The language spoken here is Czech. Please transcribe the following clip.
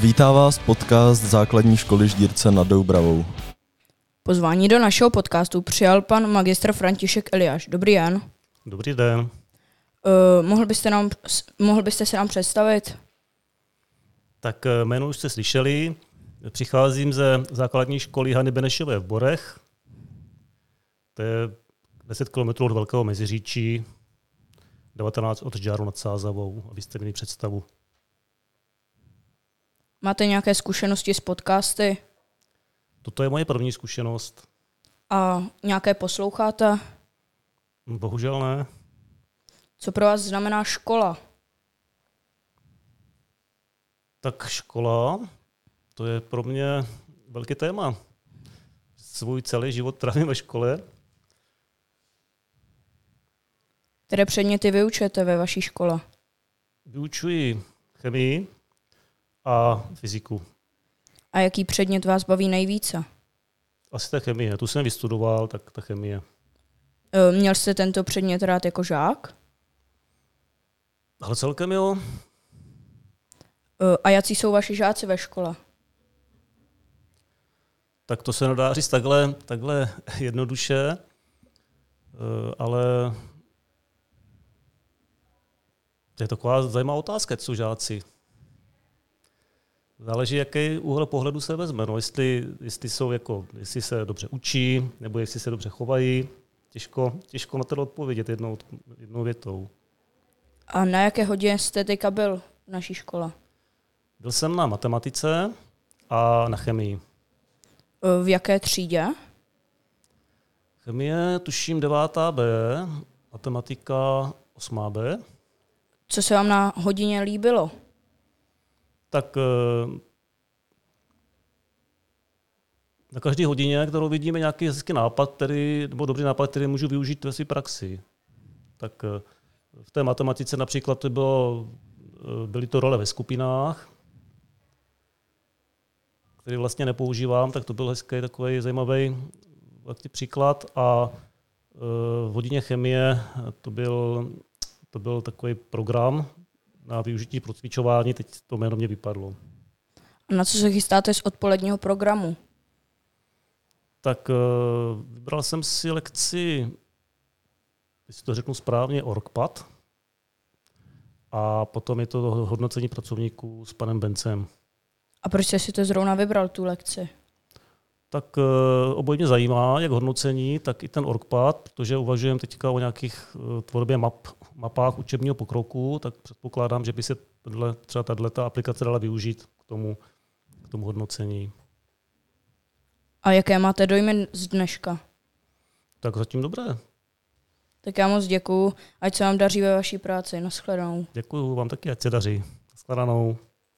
Vítá vás podcast Základní školy Ždírce nad Doubravou. Pozvání do našeho podcastu přijal pan magistr František Eliáš. Dobrý den. Dobrý den. Uh, mohl, byste nám, mohl byste se nám představit? Tak eh, jméno už jste slyšeli. Přicházím ze základní školy Hany Benešové v Borech. To je 10 km od Velkého Meziříčí, 19 od Žáru nad Sázavou, abyste měli představu. Máte nějaké zkušenosti s podcasty Toto je moje první zkušenost. a nějaké posloucháte? Hm, Bohužel ne. Co pro vás znamená škola? Tak škola, to je pro mě velké téma. Svůj celý život trávím ve škole. Které předměty vyučujete ve vaší škole? Vyučuji chemii a fyziku. A jaký předmět vás baví nejvíce? Asi ta chemie. Tu jsem vystudoval, tak ta chemie. Uh, měl jste tento předmět rád jako žák? Ale celkem jo. Uh, a jaký jsou vaši žáci ve škole? Tak to se nedá říct takhle, takhle jednoduše, eh, ale to je taková zajímavá otázka, co žáci. Záleží, jaký úhel pohledu se vezme. No, jestli, jestli, jsou jako, jestli se dobře učí, nebo jestli se dobře chovají. Těžko, těžko na to odpovědět jednou, jednou větou. A na jaké hodě jste teďka byl v naší škole? Byl jsem na matematice a na chemii. Uh, v jaké třídě? Chemie, tuším, 9. B, matematika 8. B. Co se vám na hodině líbilo? Tak eh, na každé hodině, kterou vidíme, nějaký hezký nápad, který, nebo dobrý nápad, který můžu využít ve své praxi. Tak eh, v té matematice například to bylo, eh, byly to role ve skupinách, který vlastně nepoužívám, tak to byl hezký takový zajímavý vlastně příklad. A eh, v hodině chemie eh, to byl, to byl takový program na využití procvičování, teď to jméno mě vypadlo. A na co se chystáte z odpoledního programu? Tak eh, vybral jsem si lekci, jestli to řeknu správně, OrgPad. A potom je to hodnocení pracovníků s panem Bencem. A proč jste si to zrovna vybral, tu lekci? Tak eh, oboje mě zajímá, jak hodnocení, tak i ten OrgPad, protože uvažujeme teďka o nějakých eh, tvorbě map, mapách učebního pokroku, tak předpokládám, že by se tenhle, třeba tato aplikace dala využít k tomu, k tomu hodnocení. A jaké máte dojmy z dneška? Tak zatím dobré. Tak já moc děkuju, ať se vám daří ve vaší práci. Naschledanou. Děkuji vám taky, ať se daří. Shledanou.